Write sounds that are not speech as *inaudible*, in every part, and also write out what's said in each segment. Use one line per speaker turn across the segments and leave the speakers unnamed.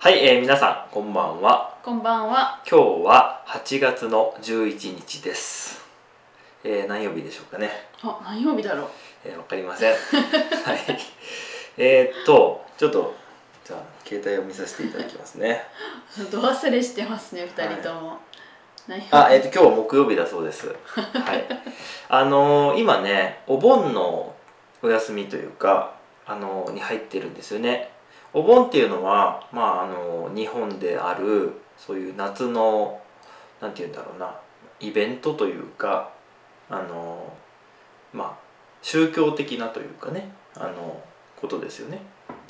はい、えー皆さんこんばんは
こんばんは。
今日は8月の11日です、えー何曜日でしょうかね
あ、何曜日だろう。
えーわかりませんはいえーっとちょっとじゃあ携帯を見させていただきますね
ど忘れしてますね、二人とも。何曜日
あえーっと今日は木曜日だそうですはいあのー今ねお盆のお休みというかあのーに入ってるんですよねお盆っていうのはまああのー日本であるそういう夏のなんて言うんだろうなイベントというかあのーまあ宗教的なというかねあのーことですよね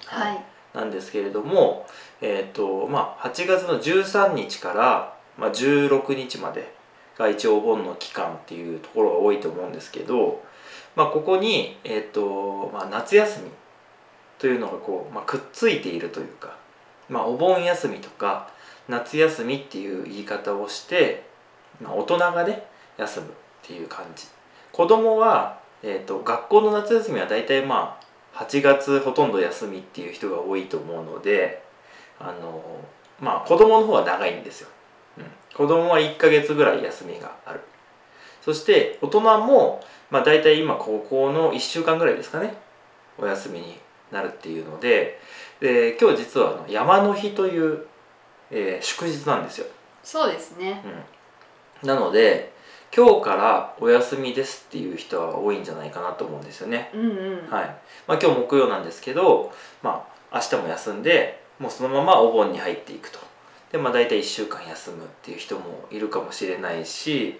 はい。
なんですけれども、えーとまあ、8月の13日から、まあ、16日までが一応お盆の期間っていうところが多いと思うんですけど、まあ、ここに、えーとまあ、夏休みというのがこう、まあ、くっついているというか、まあ、お盆休みとか夏休みっていう言い方をして、まあ、大人がね休むっていう感じ子供は、えー、と学校の夏休みは大体まあ8月ほとんど休みっていう人が多いと思うのであのまあ子供の方は長いんですよ、うん、子供は1ヶ月ぐらい休みがあるそして大人も、まあ、大体今高校の1週間ぐらいですかねお休みになるっていうのでで今日実はあの山の日という、えー祝日なんですよ、
そうですね。
うん、なので今日からお休みですっていう人は多いんじゃないかなと思うんですよね
うんうん。
はいまあ、今日木曜なんですけど、まあ、明日も休んでもうそのままお盆に入っていくとで、まあ、大体1週間休むっていう人もいるかもしれないし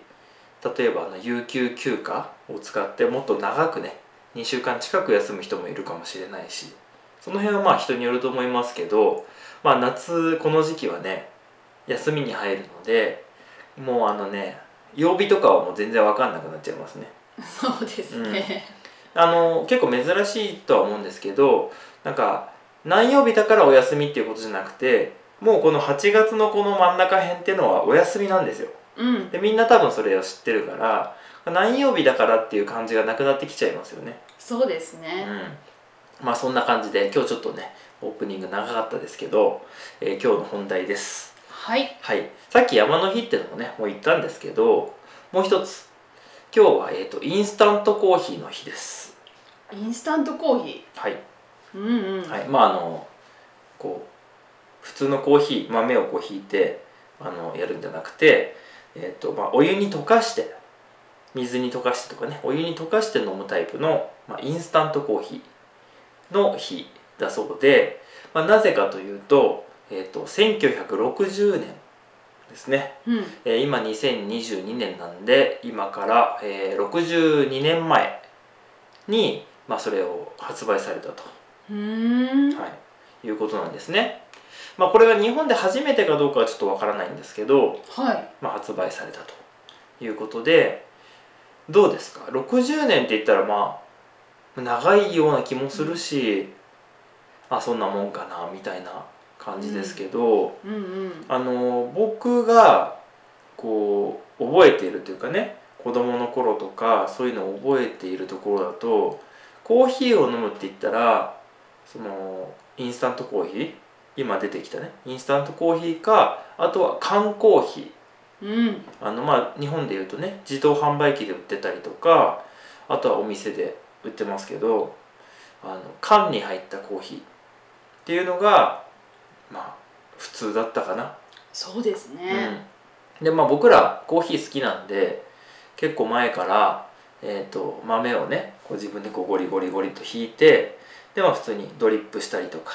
例えばあの有給休暇を使ってもっと長くね2週間近く休む人もいるかもしれないしその辺はまあ人によると思いますけど、まあ、夏この時期はね休みに入るのでもうあのね曜日とかはもう全然わかんなくなっちゃいますね。
そうですね。
あの結構珍しいとは思うんですけどなんか何曜日だからお休みっていうことじゃなくてもうこの8月のこの真ん中辺っていうのはお休みなんですよ
うん。
でみんな多分それを知ってるから何曜日だからっていう感じがなくなってきちゃいますよね
そうです
う
ね。
んまあそんな感じで今日ちょっとねオープニング長かったですけど、えー今日の本題です
はい。
はい、さっき山の日ってのもねもう言ったんですけどもう一つ今日は、えー、とインスタントコーヒーの日です
インスタントコーヒ
はい
ー。うんうん。
はい、まああのこう普通のコーヒー豆をこう引いてあのやるんじゃなくて、えっとまあ、お湯に溶かして水に溶かしてとかねお湯に溶かして飲むタイプの、まあ、インスタントコーヒーの日だそうで、まあ、なぜかというと,、えっと1960年ですね、
うん。
えー今2022年なんで今から、えー62年前に、まあ、それを発売されたと。
うーん。
はい、いうことなんですね。まあ、これが日本で初めてかどうかはちょっとわからないんですけど、
はい。
まあ、発売されたということでどうですか60年って言ったらまあ長いような気もするし、あそんなもんかなみたいな感じですけど、
うんうん。
あの僕がこう覚えているというかね子供の頃とかそういうのを覚えているところだとコーヒーを飲むって言ったらそのインスタントコーヒー今出てきたねインスタントコーヒーかあとは缶コーヒー
うん。
あのまあ日本でいうとね自動販売機で売ってたりとかあとはお店で売ってますけどあの缶に入ったコーヒーっていうのがまあ普通だったかな
そうですね。
うん、でまあ僕らコーヒー好きなんで結構前から、えー、と豆をねこう自分でこうゴリゴリゴリと引いてでまあ普通にドリップしたりとか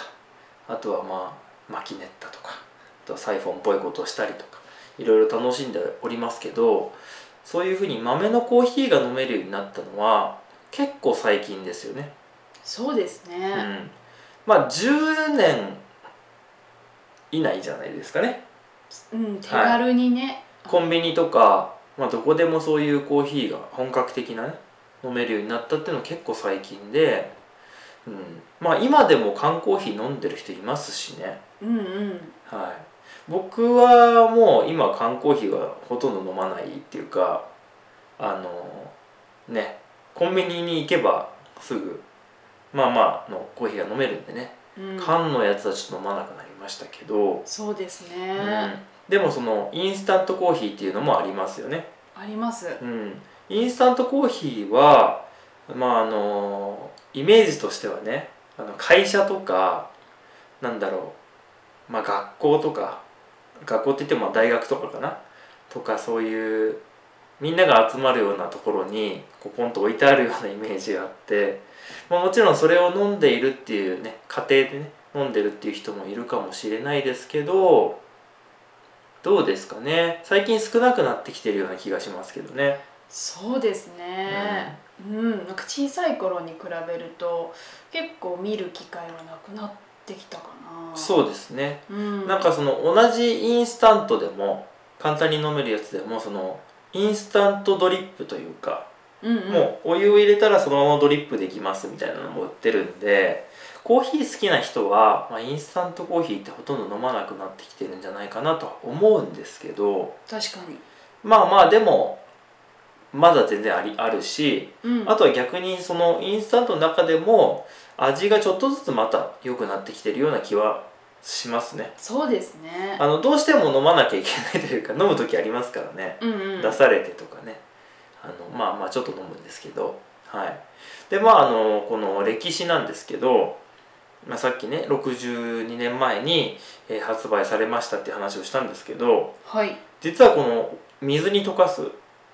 あとはまあマキネッタとかあとはサイフォンっぽいことをしたりとかいろいろ楽しんでおりますけどそういうふうに豆のコーヒーが飲めるようになったのは結構最近ですよね。
そうです
う
ね。
ん、まあ10年以内じゃないですかね。
うん。手軽にね。
コンビニとか、まあ、どこでもそういうコーヒーが本格的なね飲めるようになったっていうのは結構最近で、うん、まあ今でも缶コーヒー飲んでる人いますしね、
うんうん。
はい、僕はもう今缶コーヒーはほとんど飲まないっていうかあのねコンビニに行けばすぐまあまあのコーヒーが飲めるんでね
うん。
缶のやつはちょっと飲まなくなりまましたけど、
そうです
う
ね、
んでもそのインスタントコーヒーっていうのもありますよね。
あります
うん、インスタントコーヒーは、まあ、あのイメージとしてはねあの会社とかなんだろう、まあ、学校とか学校って言ってもまあ大学とかかなとかそういうみんなが集まるようなところにこうポンと置いてあるような *laughs* イメージがあって、まあ、もちろんそれを飲んでいるっていうね家庭でね飲んでるっていう人もいるかもしれないですけどどうですかね最近少なくなってきてるような気がしますけどね。
そうですね、うんなんか小さい頃に比べると結構見る機会はなくなってきたかな
そうですね、
う、うん、
なんかその同じインスタントでも簡単に飲めるやつでもそのインスタントドリップというか、
うんうん、
もうお湯を入れたらそのままドリップできますみたいなのも売ってるんでコーヒー好きな人は、まあ、インスタントコーヒーってほとんど飲まなくなってきてるんじゃないかなとは思うんですけど
確かに、
まあまあでもまだ全然ありあるし
うん、
あとは逆にそのインスタントの中でも味がちょっとずつまた良くなってきてるような気はしますね
そうですね
あのどうしても飲まなきゃいけないというか *laughs* 飲む時ありますからね、
うんうん
出されてとかねあのまあまあちょっと飲むんですけどはいでまああのこの歴史なんですけど、まあ、さっきね62年前に、えー発売されましたっていう話をしたんですけど
はい
実はこの水に溶かす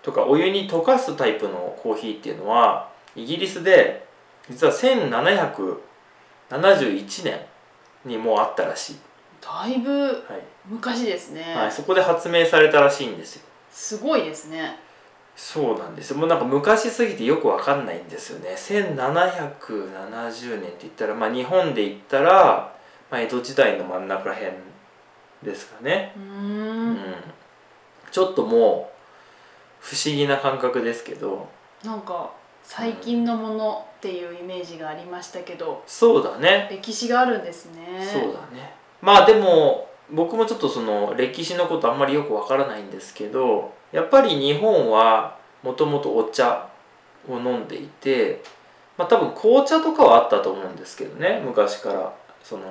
とかお湯に溶かすタイプのコーヒーっていうのはイギリスで実は1771年にもうあったらしい、
だいぶ
はい
昔ですね、
はい、そこで発明されたらしいんですよ
すごいですね
そうなんですよもうなんか昔すぎてよくわかんないんですよね1770年って言ったら、まあ、日本で言ったら、まあ、江戸時代の真ん中ら辺ですかね、
うー
うんん、ちょっともう不思議な感覚ですけど
なんか最近のものっていうイメージがありましたけど、
そうだね、
歴史があるんですね
そうだねまあでも僕もちょっとその歴史のことあんまりよくわからないんですけどやっぱり日本はもともとお茶を飲んでいてまあ多分紅茶とかはあったと思うんですけどね昔からその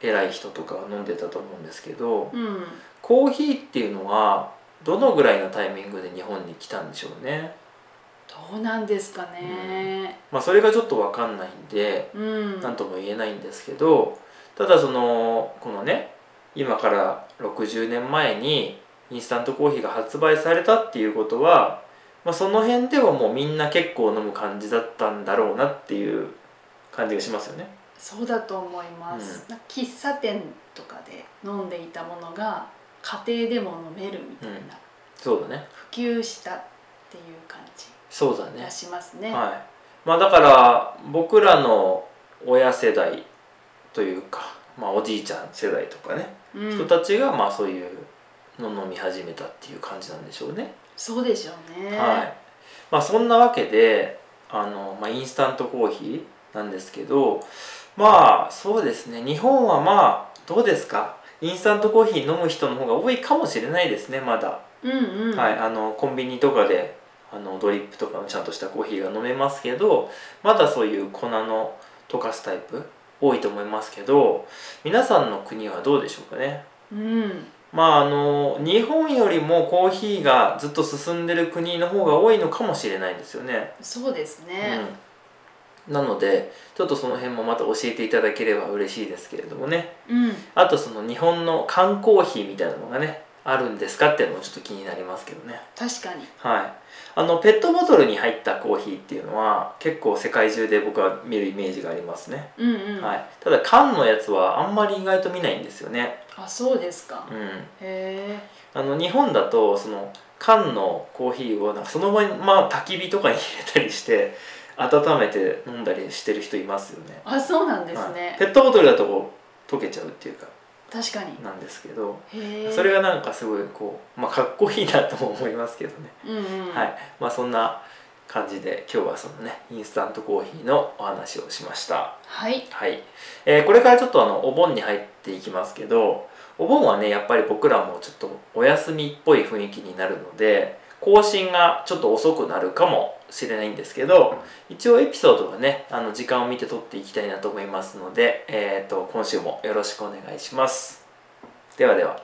偉い人とかは飲んでたと思うんですけど
うん
コーヒーっていうのはどのぐらいのタイミングで日本に来たんでしょうね
どうなんですかね
まあそれがちょっとわかんないんで
うん、
何とも言えないんですけどただそのこのね今から60年前にインスタントコーヒーが発売されたっていうことは、まあ、その辺ではもうみんな結構飲む感じだったんだろうなっていう感じがしますよね。
そうだと思います、なんか喫茶店とかで飲んでいたものが家庭でも飲めるみたいな、
うんそうだね。
普及したっていう感じ
そうだね
が。しますね
はい。まあだから僕らの親世代というか、まあおじいちゃん世代とかね、
うん
人たちがまあそういうのを飲み始めたっていう感じなんでしょうね。
そうでしょうね、
はいまあ、そんなわけであの、まあ、インスタントコーヒーなんですけどまあそうですね日本はまあどうですかインスタントコーヒー飲む人の方が多いかもしれないですねまだ、
うんうん、
はい、あのコンビニとかであのドリップとかのちゃんとしたコーヒーが飲めますけどまだそういう粉の溶かすタイプ多いと思いますけど皆さんの国はどうでしょうかね
うん
まああの日本よりもコーヒーがずっと進んでる国の方が多いのかもしれないですよね。
そうですね、
うん、なのでちょっとその辺もまた教えていただければ嬉しいですけれどもね
うん、
あとその日本の缶コーヒーみたいなのがねあるんですかっていうのもちょっと気になりますけどね。
確かに
はい、あのペットボトルに入ったコーヒーっていうのは結構世界中で僕は見るイメージがありますね。
うんうん、
はい、ただ缶のやつはあんまり意外と見ないんですよね。
あそうですか、
う
へ
ん
え
あの日本だとその缶のコーヒーをなんかそのまま焚き火とかに入れたりして温めて飲んだりしてる人いますよね。
あそうなんです
はい
ね、
ペットボトルだとこう溶けちゃうっていうか
確かに
なんですけど、
へえ
それがなんかすごいこう、まあ、かっこいいなとも思いますけどね。
うんうん、
はいまあ、そんな感じで今日はそのねインスタントコーヒーのお話をしました。
はい、
はい、えーこれからちょっとあのお盆に入っていきますけどお盆はねやっぱり僕らもちょっとお休みっぽい雰囲気になるので更新がちょっと遅くなるかもしれないんですけど一応エピソードはねあの時間を見て撮っていきたいなと思いますので、えー、と今週もよろしくお願いしますではでは